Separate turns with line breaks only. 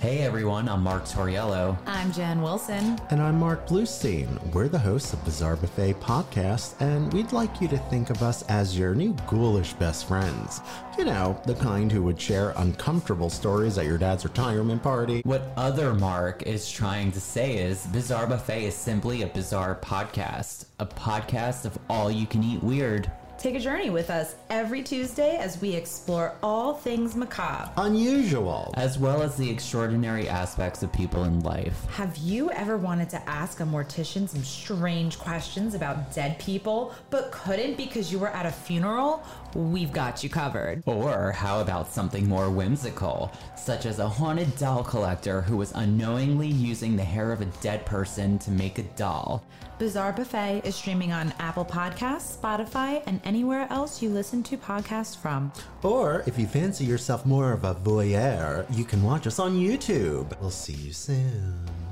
Hey everyone, I'm Mark Torriello.
I'm Jen Wilson.
And I'm Mark Bluestein. We're the hosts of Bizarre Buffet Podcast, and we'd like you to think of us as your new ghoulish best friends. You know, the kind who would share uncomfortable stories at your dad's retirement party.
What other Mark is trying to say is Bizarre Buffet is simply a bizarre podcast, a podcast of all you can eat weird.
Take a journey with us every Tuesday as we explore all things macabre.
Unusual.
As well as the extraordinary aspects of people in life.
Have you ever wanted to ask a mortician some strange questions about dead people, but couldn't because you were at a funeral? We've got you covered.
Or how about something more whimsical, such as a haunted doll collector who was unknowingly using the hair of a dead person to make a doll?
Bizarre Buffet is streaming on Apple Podcasts, Spotify, and anywhere else you listen to podcasts from.
Or if you fancy yourself more of a voyeur, you can watch us on YouTube. We'll see you soon.